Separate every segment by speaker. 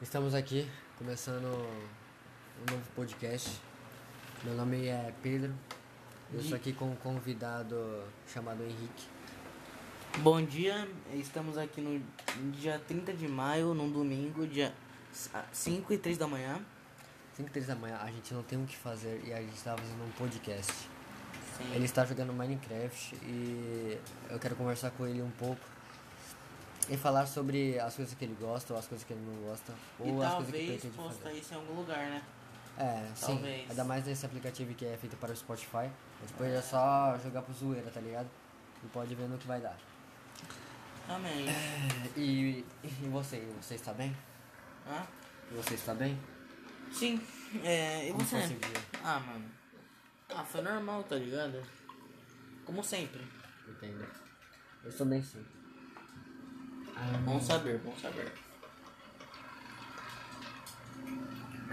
Speaker 1: Estamos aqui começando um novo podcast. Meu nome é Pedro. Eu estou aqui com um convidado chamado Henrique.
Speaker 2: Bom dia, estamos aqui no dia 30 de maio, num domingo, dia s- ah, 5 e 3 da manhã.
Speaker 1: 5 três da manhã, a gente não tem o que fazer e a gente está fazendo um podcast.
Speaker 2: Sim.
Speaker 1: Ele está jogando Minecraft e eu quero conversar com ele um pouco e falar sobre as coisas que ele gosta ou as coisas que ele não gosta
Speaker 2: E
Speaker 1: ou as coisas que ele
Speaker 2: talvez
Speaker 1: pretende
Speaker 2: posta
Speaker 1: fazer.
Speaker 2: isso em algum lugar, né?
Speaker 1: É, sim.
Speaker 2: Talvez.
Speaker 1: Ainda mais nesse aplicativo que é feito para o Spotify. Depois é só jogar pro zoeira, tá ligado? E pode ver no que vai dar.
Speaker 2: Também.
Speaker 1: É. E, e você? Você está bem?
Speaker 2: Hã?
Speaker 1: Você está bem?
Speaker 2: Sim, é, e
Speaker 1: Como
Speaker 2: você?
Speaker 1: foi seu dia?
Speaker 2: Ah, mano. Ah, foi normal, tá ligado? Como sempre.
Speaker 1: Entendo. Eu estou bem sim. Ah,
Speaker 2: Bom saber, bom saber.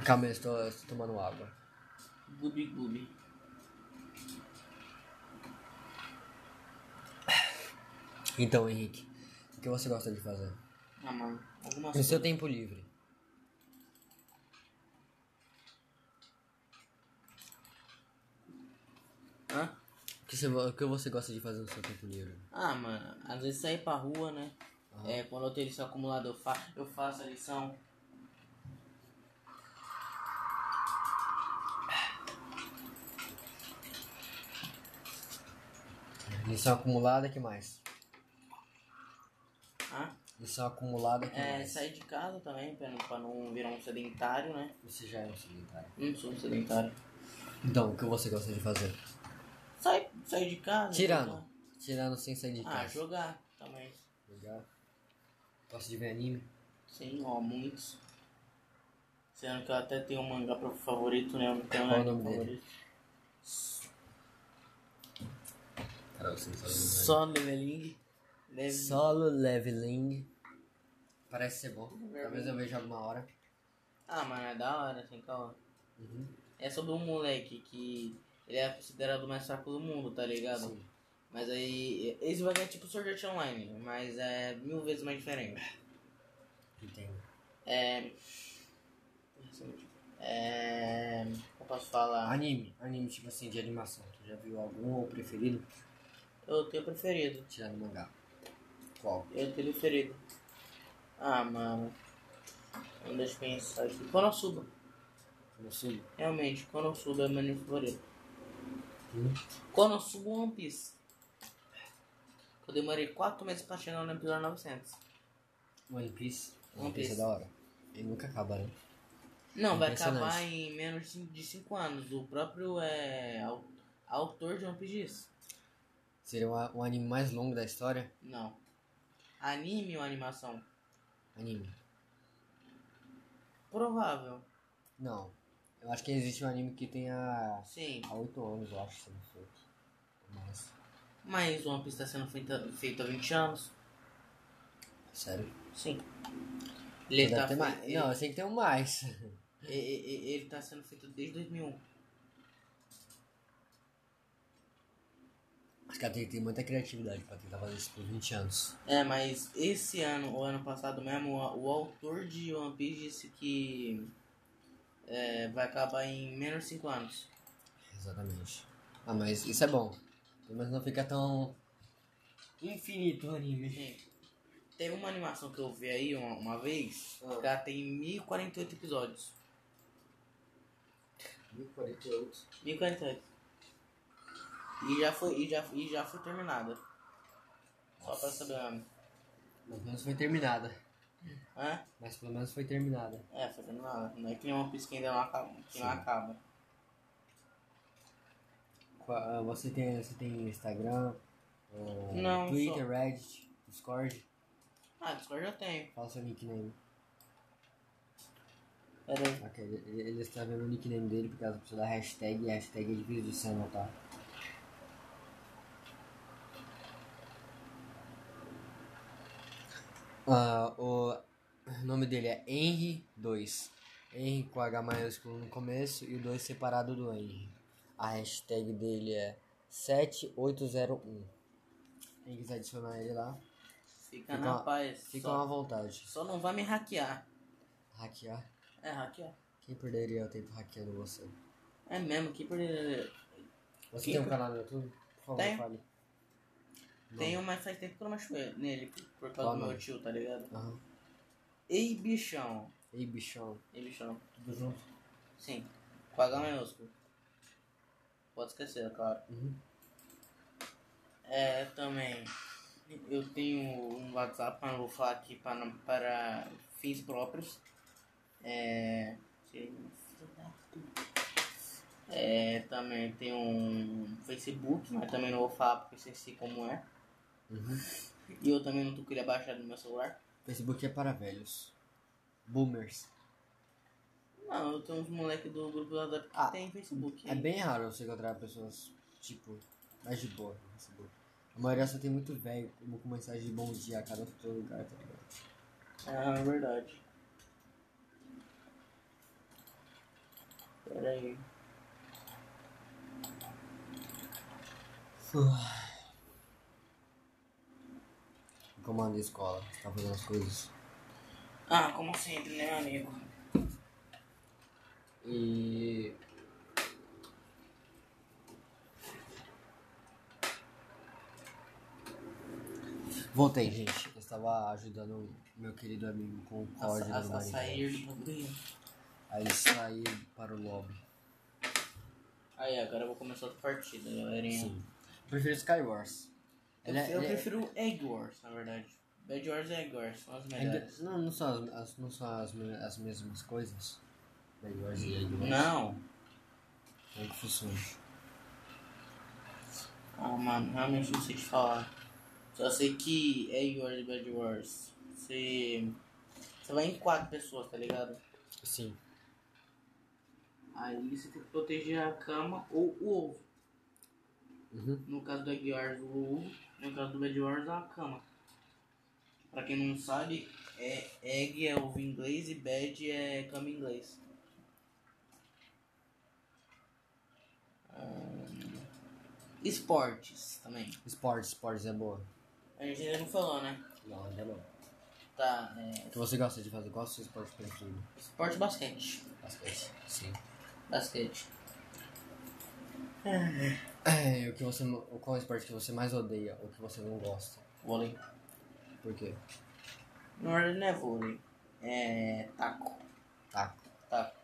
Speaker 1: Calma, eu estou, eu estou tomando água.
Speaker 2: Gubi gubi.
Speaker 1: Então, Henrique, o que você gosta de fazer?
Speaker 2: Ah, mano. Alguma
Speaker 1: No
Speaker 2: coisa.
Speaker 1: seu tempo livre.
Speaker 2: Hã?
Speaker 1: O que você, o que você gosta de fazer no seu tempo livre?
Speaker 2: Ah, mano, às vezes sair pra rua, né?
Speaker 1: Ah.
Speaker 2: É, quando eu tenho lição acumulada, eu, fa eu faço a lição.
Speaker 1: Lição acumulada, que mais?
Speaker 2: Hã?
Speaker 1: Lição acumulada, que
Speaker 2: É,
Speaker 1: mais?
Speaker 2: sair de casa também, pra não, pra não virar um sedentário, né?
Speaker 1: Você já é um sedentário.
Speaker 2: Não sou um sedentário.
Speaker 1: Então, o que você gosta de fazer?
Speaker 2: Sai, sair de casa.
Speaker 1: Tirando.
Speaker 2: jogar.
Speaker 1: Tirando sem sair de
Speaker 2: Ah,
Speaker 1: casa.
Speaker 2: jogar também.
Speaker 1: Legal. Gosta de ver anime?
Speaker 2: Sim, ó, muitos. Sendo que eu até tenho um mangá pro favorito, né? Eu não tenho
Speaker 1: Qual o
Speaker 2: nada
Speaker 1: nome dele?
Speaker 2: favorito.
Speaker 1: Caralho, você não sabe né?
Speaker 2: Só leveling. Leve...
Speaker 1: Solo Leveling. Parece ser bom. Talvez eu veja alguma hora.
Speaker 2: Ah, mano, é da hora, assim, calma.
Speaker 1: Uhum.
Speaker 2: É sobre um moleque que ele é considerado o mais fraco do mundo, tá ligado?
Speaker 1: Sim.
Speaker 2: Mas aí, esse bagulho é tipo sorvete online, mas é mil vezes mais diferente.
Speaker 1: Entendo.
Speaker 2: É. É. Eu posso falar.
Speaker 1: Anime. Anime tipo assim, de animação. Tu já viu algum ou preferido?
Speaker 2: Eu tenho preferido.
Speaker 1: Tirando mangá. Qual?
Speaker 2: Eu tenho preferido. Ah, mano. é um Não deixa eu pensar aqui. Konosuba.
Speaker 1: Konosuba?
Speaker 2: Realmente, Konosuba é meu anime favorito.
Speaker 1: Hum.
Speaker 2: Konosuba One Piece. Eu demorei 4 meses pra chegar no episódio 900.
Speaker 1: One Piece.
Speaker 2: One
Speaker 1: One Piece é
Speaker 2: Piece.
Speaker 1: da hora. Ele nunca acaba, né?
Speaker 2: Não, vai
Speaker 1: Impressionante.
Speaker 2: acabar em menos de 5 anos. O próprio é, au- autor de One Piece diz.
Speaker 1: Seria o, o anime mais longo da história?
Speaker 2: Não. Anime ou animação?
Speaker 1: Anime.
Speaker 2: Provável.
Speaker 1: Não. Eu acho que existe um anime que tenha
Speaker 2: Sim.
Speaker 1: há 8 anos, eu acho, sendo feito. Mas.
Speaker 2: Mas One Piece está sendo feita- feito há 20 anos.
Speaker 1: Sério?
Speaker 2: Sim. Ele
Speaker 1: Deve
Speaker 2: tá,
Speaker 1: ter
Speaker 2: fe-
Speaker 1: mais. Não, eu sei que tem um mais.
Speaker 2: ele, e- e- ele tá sendo feito desde 2001.
Speaker 1: Os caras têm que ter muita criatividade pra tentar fazer isso por 20 anos.
Speaker 2: É, mas esse ano, ou ano passado mesmo, o, o autor de One Piece disse que é, vai acabar em menos de 5 anos.
Speaker 1: Exatamente. Ah, mas isso é bom. Pelo menos não fica tão. Infinito o anime.
Speaker 2: Sim. Tem uma animação que eu vi aí uma, uma vez,
Speaker 1: Ah.
Speaker 2: que ela tem 1048 episódios.
Speaker 1: 1048.
Speaker 2: 1048. E já foi, e já, e já foi terminada. Só pra saber o nome.
Speaker 1: Pelo menos foi terminada.
Speaker 2: Hã?
Speaker 1: Mas pelo menos foi terminada.
Speaker 2: É, foi terminada. Não é que nem uma Piece que ainda não acaba. Que não
Speaker 1: Sim.
Speaker 2: acaba.
Speaker 1: Qua- ah, Você tem, você tem Instagram, ah,
Speaker 2: Não,
Speaker 1: Twitter, Reddit, Discord?
Speaker 2: Ah, Discord eu tenho.
Speaker 1: Fala seu nickname.
Speaker 2: Pera aí.
Speaker 1: Ok, ele, ele está vendo o nickname dele por causa da hashtag e a hashtag é difícil de se anotar. Ah, o nome dele é Henry2. Henry com H maiúsculo no começo e o 2 separado do Henry. A hashtag dele é 7801. Quem quiser adicionar ele lá,
Speaker 2: Fica,
Speaker 1: Fica-
Speaker 2: na paz.
Speaker 1: fica
Speaker 2: só,
Speaker 1: à vontade.
Speaker 2: só não vai me hackear.
Speaker 1: Hackear?
Speaker 2: É hackear.
Speaker 1: Quem perderia o tempo hackeando você?
Speaker 2: É mesmo, que perder.
Speaker 1: Você
Speaker 2: Quem
Speaker 1: tem um
Speaker 2: per-
Speaker 1: canal no YouTube? Por favor,
Speaker 2: Tenho.
Speaker 1: fale. Não.
Speaker 2: Tenho, mas faz tempo que eu não mexo nele, por causa
Speaker 1: Qual
Speaker 2: do meu
Speaker 1: nome?
Speaker 2: tio, tá ligado?
Speaker 1: Aham.
Speaker 2: Ei, bichão.
Speaker 1: Ei, bichão.
Speaker 2: Ei, bichão.
Speaker 1: Tudo junto?
Speaker 2: Sim. Com H maiúsculo. Pode esquecer, claro.
Speaker 1: Uhum.
Speaker 2: É, também. Eu tenho um WhatsApp, mas não vou falar aqui para, não- para fins próprios. É. É, também tem um Facebook, mas também não vou falar porque vocês sei como é.
Speaker 1: Uhum.
Speaker 2: E eu também não tô queria baixar no meu celular.
Speaker 1: Facebook é para velhos. Boomers.
Speaker 2: Não, eu tenho uns moleques do grupo do WhatsApp que
Speaker 1: Ah,
Speaker 2: tem Facebook.
Speaker 1: É bem raro você encontrar pessoas, tipo, mais de boa no Facebook. A maioria só tem muito velho, como com mensagem de bom dia a cada todo lugar, tá ligado?
Speaker 2: Ah, verdade. Pera aí.
Speaker 1: Comando da escola, você tá fazendo as coisas.
Speaker 2: Ah, como sempre, né, amigo?
Speaker 1: E. Voltei, gente. Eu estava ajudando meu querido amigo com o
Speaker 2: A,
Speaker 1: código
Speaker 2: a-
Speaker 1: do
Speaker 2: a sair
Speaker 1: Minecraft.
Speaker 2: do bagulho.
Speaker 1: Aí saí para o lobby.
Speaker 2: Aí, agora eu vou começar outra partida, galerinha.
Speaker 1: Sim. Prefiro Skywars.
Speaker 2: É. Eu,
Speaker 1: Ele é-
Speaker 2: eu
Speaker 1: ele é-
Speaker 2: prefiro Egg Wars, na verdade. Bad Wars e Egg Wars são as
Speaker 1: Ainda-
Speaker 2: melhores.
Speaker 1: não, não são, as, as- não são as, me- as mesmas coisas. Bad Wars e
Speaker 2: Uhum.
Speaker 1: Egg Wars.
Speaker 2: Não.
Speaker 1: É confusão.
Speaker 2: Ah, mano, realmente não sei te falar. Só sei que Egg Wars e Bad Wars. Você... Você vai em quatro pessoas, tá ligado?
Speaker 1: Sim.
Speaker 2: Aí você tem que proteger a cama ou o ovo.
Speaker 1: Uhum.
Speaker 2: No caso do Egg Wars, o ovo. No caso do Bad Wars, a cama. Pra quem não sabe, é Egg é ovo em inglês e Bad é cama em inglês. Ahn, Ah, Esportes também.
Speaker 1: Sports, Sports é boa.
Speaker 2: A gente ainda não falou, né?
Speaker 1: Não, ainda não.
Speaker 2: Tá, é,
Speaker 1: O que você gosta de fazer? Qual é o seu esporte preferido?
Speaker 2: esporte basquete.
Speaker 1: Basquete. Sim.
Speaker 2: Basquete.
Speaker 1: É, o que você, o- qual é o esporte que você mais odeia ou que você não gosta?
Speaker 2: Vôlei.
Speaker 1: Por quê?
Speaker 2: Na verdade não é vôlei. É taco.
Speaker 1: Taco.
Speaker 2: Taco.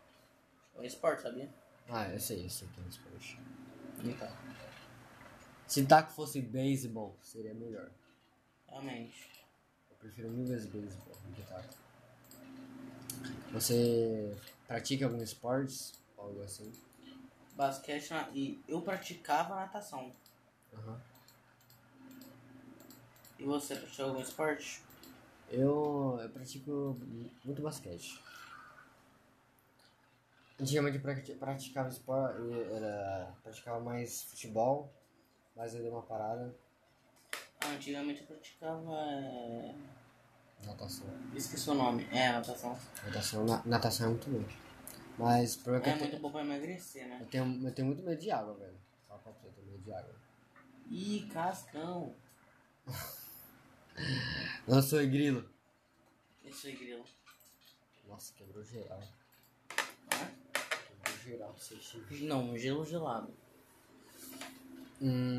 Speaker 2: É um esporte, sabia?
Speaker 1: Ah, eu sei, eu sei que é um esporte.
Speaker 2: Então.
Speaker 1: Se taco fosse beisebol, seria melhor.
Speaker 2: Realmente.
Speaker 1: Eu prefiro mil vezes beisebol do que taco. Você pratica algum esportes? Algo assim?
Speaker 2: Basquete na- e eu praticava natação.
Speaker 1: Aham.
Speaker 2: E você praticou algum esporte?
Speaker 1: Eu, eu pratico muito basquete. Antigamente eu prati- praticava esporte, era, praticava mais futebol, mas eu dei uma parada,
Speaker 2: Ah, antigamente eu praticava. é,
Speaker 1: natação.
Speaker 2: Esqueci o nome. É, natação.
Speaker 1: Natação, na- natação é muito bom. Mas por
Speaker 2: É
Speaker 1: eu,
Speaker 2: muito
Speaker 1: tenho,
Speaker 2: bom pra emagrecer, né?
Speaker 1: eu, tenho, eu tenho muito medo de água, velho. Fala pra você, eu tenho medo de água.
Speaker 2: Ih, cascão.
Speaker 1: Eu sou grilo.
Speaker 2: Isso aí, grilo.
Speaker 1: Nossa, quebrou geral.
Speaker 2: Hã?
Speaker 1: Quebrou geral, você chega.
Speaker 2: Não, gelo gelado.
Speaker 1: Hum.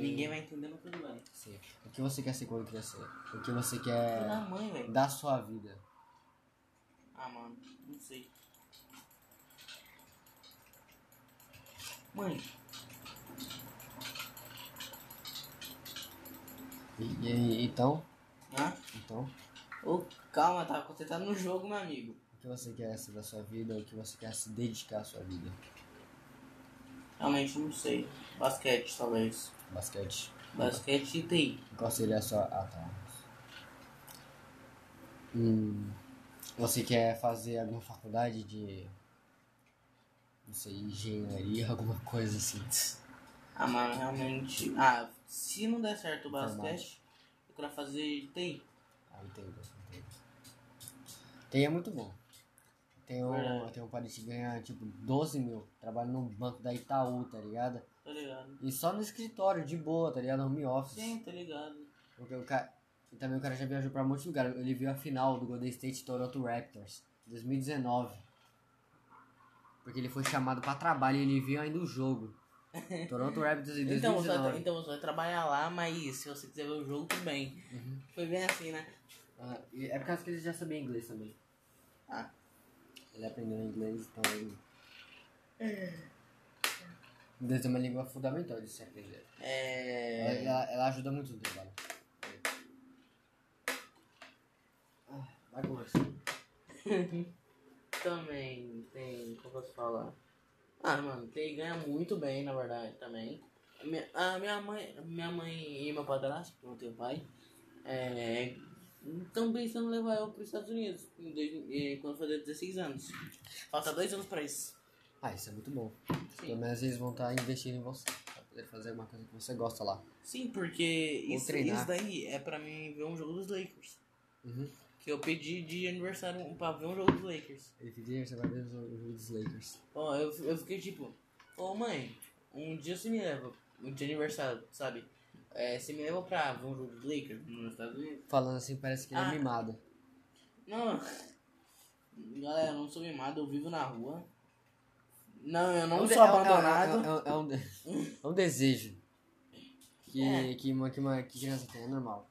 Speaker 2: Ninguém vai entender no que eu digo.
Speaker 1: Sim. O que você quer ser quando crescer? O que você
Speaker 2: Filho É da
Speaker 1: quer
Speaker 2: mãe, velho.
Speaker 1: da sua vida?
Speaker 2: Ah, mano, não sei. Mãe,
Speaker 1: E, e- então,
Speaker 2: né?
Speaker 1: então,
Speaker 2: Ô, calma, tá? Você tá no jogo, meu amigo.
Speaker 1: o que você quer ser da sua vida, o que você quer se dedicar à sua vida?
Speaker 2: Realmente não sei. Basquete, talvez.
Speaker 1: Basquete.
Speaker 2: Basquete e TI.
Speaker 1: Qual seria a sua. Ah, tá. Hum, você quer fazer alguma faculdade de. Não sei, engenharia, alguma coisa assim?
Speaker 2: Ah, mano, realmente. Tá Ah, se não der certo o basquete, eu quero fazer TI.
Speaker 1: Ah, entendo, entendo. Tem é muito bom. Tem um,
Speaker 2: Verdade.
Speaker 1: tem um parente que ganha tipo 12 mil, trabalha num banco da Itaú, tá ligado?
Speaker 2: Tá ligado?
Speaker 1: E só no escritório, de boa, tá ligado? Home office.
Speaker 2: Sim, tá ligado.
Speaker 1: Porque o cara. E também o cara já viajou pra um monte de lugar. Ele viu a final do Golden State e Toronto Raptors. 2019. Porque ele foi chamado pra trabalho e ele viu ainda o jogo. Toronto Raptors em
Speaker 2: Então você,
Speaker 1: 2019.
Speaker 2: então você vai trabalhar lá, mas se você quiser ver o jogo, tudo bem. Foi bem assim, né?
Speaker 1: Ah, e é por causa que ele já sabia inglês também.
Speaker 2: Ah.
Speaker 1: Ele aprendeu inglês, então ele... Inglês é uma língua fundamental de se aprender. Ela,
Speaker 2: É.
Speaker 1: ela, ela ajuda muito no trabalho. Ah, vai conversar.
Speaker 2: Também tem. Como posso falar? Ah, mano, tem ganha muito bem, na verdade, também. A minha, a minha mãe. Minha mãe e meu padrasto, que não tem pai, estão pensando em levar eu para os Estados Unidos em dois- eh, quando fazer 16 anos. Falta dois anos para isso.
Speaker 1: Ah, isso é muito bom. Pelo menos eles vão estar investindo em você. Pra poder fazer uma coisa que você gosta lá.
Speaker 2: Sim, porque isso,
Speaker 1: treinar.
Speaker 2: isso daí é pra mim ver um jogo dos Lakers.
Speaker 1: Uhum.
Speaker 2: Que eu pedi de aniversário um- pra ver um jogo dos Lakers.
Speaker 1: Esse dia você vai ver o jogo dos Lakers.
Speaker 2: Ó, eu, eu fiquei tipo, ô mãe, um dia você me leva, um dia de aniversário, sabe? É, você me leva pra ver um jogo dos Lakers nos Estados Unidos?
Speaker 1: Falando assim, parece que ele
Speaker 2: Ah.
Speaker 1: é mimado.
Speaker 2: Não, galera, eu não sou mimado, eu vivo na rua. Não, eu
Speaker 1: É
Speaker 2: não
Speaker 1: um de-
Speaker 2: sou
Speaker 1: é um- é um-
Speaker 2: abandonado.
Speaker 1: É um, é um de- é um desejo. Que,
Speaker 2: É.
Speaker 1: que, uma, que, uma, que criança tem, é normal.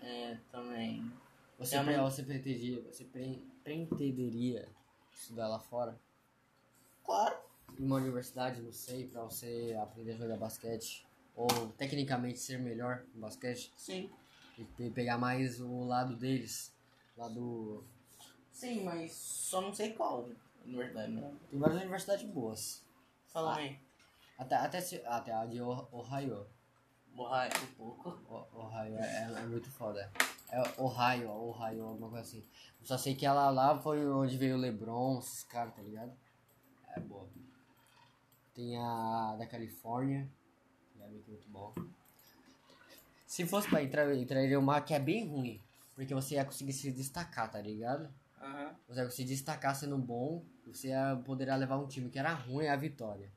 Speaker 2: É, também.
Speaker 1: Você,
Speaker 2: Minha
Speaker 1: pre-
Speaker 2: mãe-
Speaker 1: você pretendia, você pre- pretenderia estudar lá fora?
Speaker 2: Claro.
Speaker 1: Em uma universidade, não sei, pra você aprender a jogar basquete. Ou tecnicamente ser melhor no basquete.
Speaker 2: Sim.
Speaker 1: E pe- pegar mais o lado deles. Lado.
Speaker 2: Sim, mas só não sei qual, na verdade, né?
Speaker 1: Tem várias universidades boas.
Speaker 2: Fala,
Speaker 1: Ah.
Speaker 2: mãe.
Speaker 1: Até, até, se- até a de Oh- Ohio.
Speaker 2: Borrar um pouco.
Speaker 1: O- Ohio é, é muito foda. É Ohio, Ohio, alguma coisa assim. Só sei que ela lá foi onde veio o Lebron, esses caras, tá ligado? É boa. Tem a da Califórnia, que é muito, muito bom. Se fosse pra entrar, eu entraria uma que é bem ruim. Porque você ia conseguir se destacar, tá ligado?
Speaker 2: Aham.
Speaker 1: Você ia conseguir se destacar sendo bom, você ia- poderá levar um time que era ruim à vitória.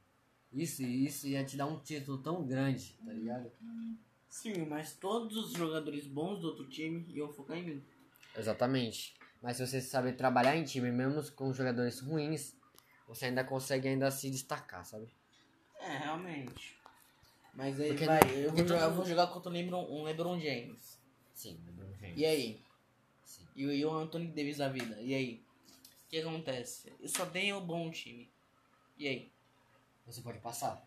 Speaker 1: Isso, isso ia te dar um título tão grande, tá ligado?
Speaker 2: Sim, mas todos os jogadores bons do outro time iam focar em mim.
Speaker 1: Exatamente. Mas se você sabe trabalhar em time, mesmo com jogadores ruins, você ainda consegue ainda se destacar, sabe?
Speaker 2: É, realmente. Mas aí
Speaker 1: Porque
Speaker 2: vai,
Speaker 1: não-
Speaker 2: eu,
Speaker 1: porque
Speaker 2: vou
Speaker 1: todo
Speaker 2: jogar, eu
Speaker 1: mundo-
Speaker 2: vou jogar contra o Lebron, um LeBron James.
Speaker 1: Sim,
Speaker 2: E aí?
Speaker 1: Sim.
Speaker 2: E, o- e o Anthony Davis da vida? E aí? O que acontece? Eu só tenho um bom time. E aí?
Speaker 1: Você pode passar.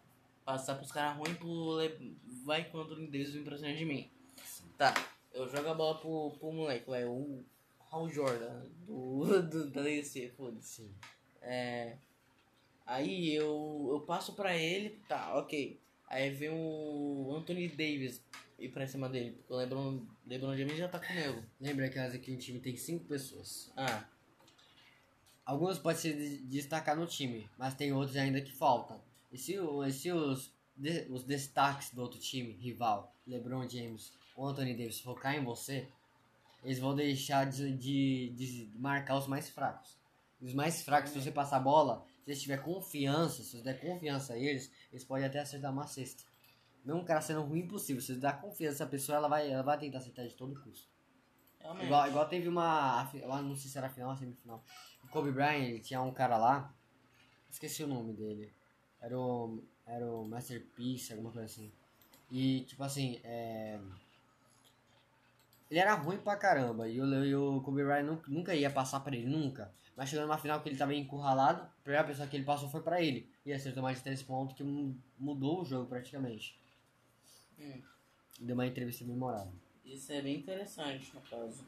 Speaker 2: Passar pros caras ruins pro Le... Vai com o Anthony Davis vir pra cima de mim.
Speaker 1: Sim.
Speaker 2: Tá, eu jogo a bola pro, pro moleque, vai, o Hal Jordan, do, do, da DC, foda-se.
Speaker 1: Sim.
Speaker 2: É, aí eu, eu passo pra ele, tá, ok. Aí vem o Anthony Davis ir pra cima dele, porque o LeBron, LeBron James já tá comigo.
Speaker 1: Lembra aquelas que um time tem cinco pessoas.
Speaker 2: Ah,
Speaker 1: Algumas podem se de- destacar no time, mas tem outros ainda que faltam. E se, o- e se os, de- os destaques do outro time, rival, LeBron James ou Anthony Davis, focar em você, eles vão deixar de, de, de marcar os mais fracos. E os mais fracos, se você passar a bola, se eles tiver confiança, se você der confiança a eles, eles podem até acertar uma cesta. Não um cara sendo ruim impossível, se você dá confiança à pessoa, ela vai, ela vai tentar acertar de todo custo.
Speaker 2: realmente.
Speaker 1: Igual, igual teve uma. a fi- Lá, não sei se era a final ou semifinal. O Kobe Bryant, ele tinha um cara lá. Esqueci o nome dele. Era o. Era o Masterpiece, alguma coisa assim. E, tipo assim, é. Ele era ruim pra caramba. E o, Le- e o Kobe Bryant nu- nunca ia passar pra ele, nunca. Mas chegando numa final que ele tava encurralado, a primeira pessoa que ele passou foi pra ele. E acertou mais de três pontos que mu- mudou o jogo praticamente.
Speaker 2: Hum,
Speaker 1: Deu uma entrevista memorável.
Speaker 2: isso é bem interessante, no caso.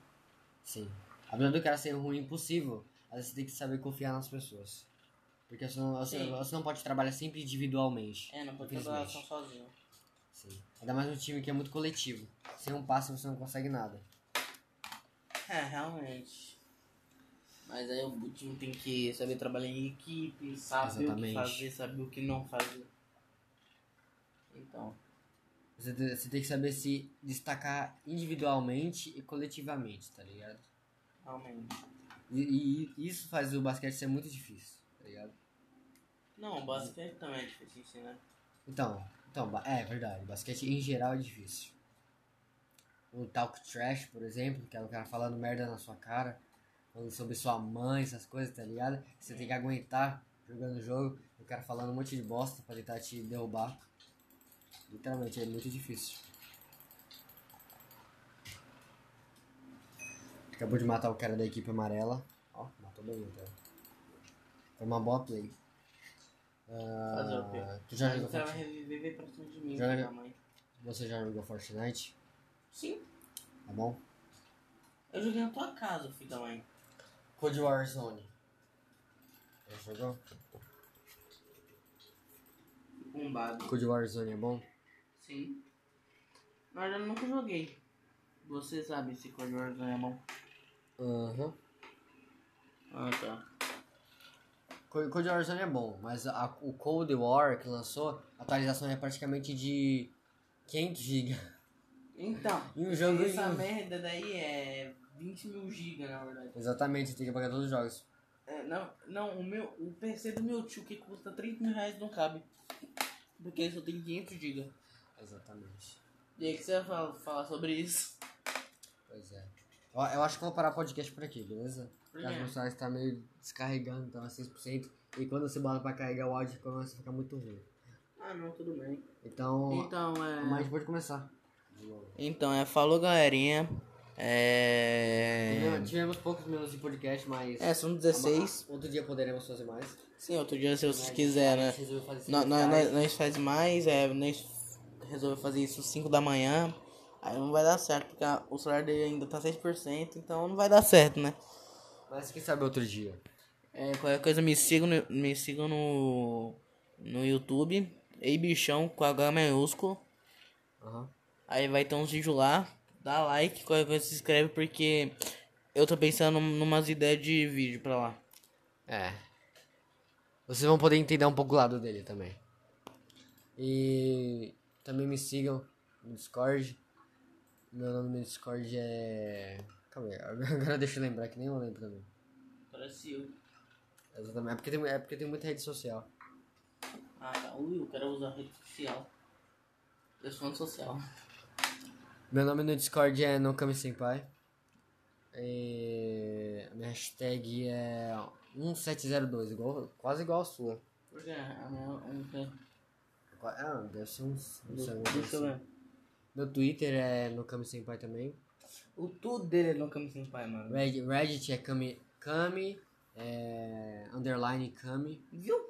Speaker 1: Sim. Apesar do cara ser ruim impossível, às vezes você tem que saber confiar nas pessoas. Porque você não, você,
Speaker 2: Sim.
Speaker 1: você não pode trabalhar sempre individualmente.
Speaker 2: É, não pode jogar
Speaker 1: Infelizmente.
Speaker 2: só sozinho.
Speaker 1: Sim. Ainda mais um time que é muito coletivo. Sem um passe você não consegue nada.
Speaker 2: É, realmente. Mas aí o time tem que saber trabalhar em equipe, saber o que
Speaker 1: Exatamente.
Speaker 2: fazer, saber o que não fazer. Então,
Speaker 1: Você, te- você tem que saber se destacar individualmente e coletivamente, tá ligado?
Speaker 2: realmente.
Speaker 1: E, e- e isso faz o basquete ser muito difícil, tá ligado?
Speaker 2: Não, o basquete também é difícil ensinar.
Speaker 1: Então, então ba- é verdade. Basquete em geral é difícil. o talk trash, por exemplo, que é o cara falando merda na sua cara, falando sobre sua mãe, essas coisas, tá ligado? Você tem que aguentar jogando o jogo, o cara falando um monte de bosta pra tentar te derrubar. Literalmente, é muito difícil. Acabou de matar o cara da equipe amarela. Ó, matou bem, então. Foi uma boa play. Ah,
Speaker 2: Fazer o quê?
Speaker 1: tu já
Speaker 2: Mas então é
Speaker 1: jogou
Speaker 2: o cara vai
Speaker 1: Fortnite?
Speaker 2: reviver pra cima de mim, né,
Speaker 1: Já-
Speaker 2: minha mãe.
Speaker 1: Você já jogou Fortnite?
Speaker 2: Sim.
Speaker 1: Tá bom?
Speaker 2: Eu joguei na tua casa, filho da mãe.
Speaker 1: Code Warzone. Já jogou?
Speaker 2: Bombado.
Speaker 1: Code Warzone é bom?
Speaker 2: Sim. Na verdade, eu nunca joguei. Você sabe se Code Warzone é bom.
Speaker 1: Aham.
Speaker 2: Ah, tá.
Speaker 1: Co- Cold War Zone é bom, mas a- o Cold War que lançou, a atualização é praticamente de 500 GB.
Speaker 2: Então,
Speaker 1: E um jogo
Speaker 2: essa
Speaker 1: em um.
Speaker 2: merda daí é 20 mil giga, na verdade.
Speaker 1: Exatamente, tem que pagar todos os jogos.
Speaker 2: É, não, não, o meu, o PC do meu tio que custa 30 mil reais não cabe. Porque ele só tem 500 giga.
Speaker 1: Exatamente.
Speaker 2: E aí, o que você vai fal- falar sobre isso?
Speaker 1: Pois é. Ó, eu acho que eu vou parar o podcast por aqui, beleza?
Speaker 2: Por
Speaker 1: Porque as
Speaker 2: quê?
Speaker 1: mensagens está meio descarregando, tá a 6%. E quando você bota pra carregar o áudio, começa a ficar muito ruim.
Speaker 2: Ah, não, tudo bem.
Speaker 1: Então,
Speaker 2: Então, é...
Speaker 1: mas pode começar. De novo.
Speaker 2: Então, é, falou galerinha. É.
Speaker 1: Tivemos- é, Tivemos poucos minutos de podcast, mas.
Speaker 2: É, são 16.
Speaker 1: Outro dia poderemos fazer mais.
Speaker 2: Sim, outro dia se vocês quiserem. né?
Speaker 1: Resolveu fazer
Speaker 2: Nó- nó-
Speaker 1: especiais.
Speaker 2: Nós, nós faz mais, é, nós resolvemos fazer isso 5 da manhã. Aí não vai dar certo, porque a- o celular dele ainda tá 6%, então não vai dar certo, né?
Speaker 1: Mas quem sabe outro dia.
Speaker 2: É, qualquer coisa me sigam no, me sigam no, no YouTube. Ei bichão com H maiúsculo.
Speaker 1: Aham.
Speaker 2: Aí vai ter uns vídeos lá. Dá like, qualquer coisa se inscreve porque eu tô pensando numas ideias de vídeo pra lá.
Speaker 1: É. Vocês vão poder entender um pouco o lado dele também. E também me sigam no Discord. Meu nome no Discord é. Calma aí, agora deixa eu lembrar que nem eu lembro também.
Speaker 2: Parece eu.
Speaker 1: Exatamente. É porque tem, é porque tem muita rede social.
Speaker 2: Ah, tá. Ui, eu quero usar rede social. Eu sou social.
Speaker 1: Meu nome no Discord é Nokami Senpai. E a minha hashtag é 1702, igual, quase igual a sua.
Speaker 2: Porque a minha. Um,
Speaker 1: Qua- Ah, deve ser uns. não sei, alguma coisa
Speaker 2: deixa eu
Speaker 1: assim.
Speaker 2: ver.
Speaker 1: Meu Twitter é Nokami Senpai também.
Speaker 2: O tudo dele é no Kami Senpai, mano.
Speaker 1: Red- Reddit é Kami, Kami é, underline Kami.
Speaker 2: Viu?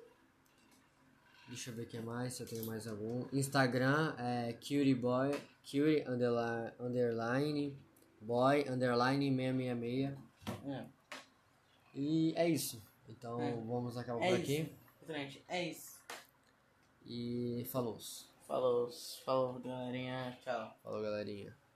Speaker 1: Deixa eu ver o que é mais, se eu tenho mais algum. Instagram é cutie boy, cutie underline, underline boy, underline 666.
Speaker 2: É.
Speaker 1: E é isso. Então
Speaker 2: É.
Speaker 1: vamos acabar
Speaker 2: É
Speaker 1: por
Speaker 2: isso.
Speaker 1: aqui.
Speaker 2: Exatamente. É isso.
Speaker 1: E falou.
Speaker 2: Falou, falou, galerinha. Tchau.
Speaker 1: Falou, galerinha.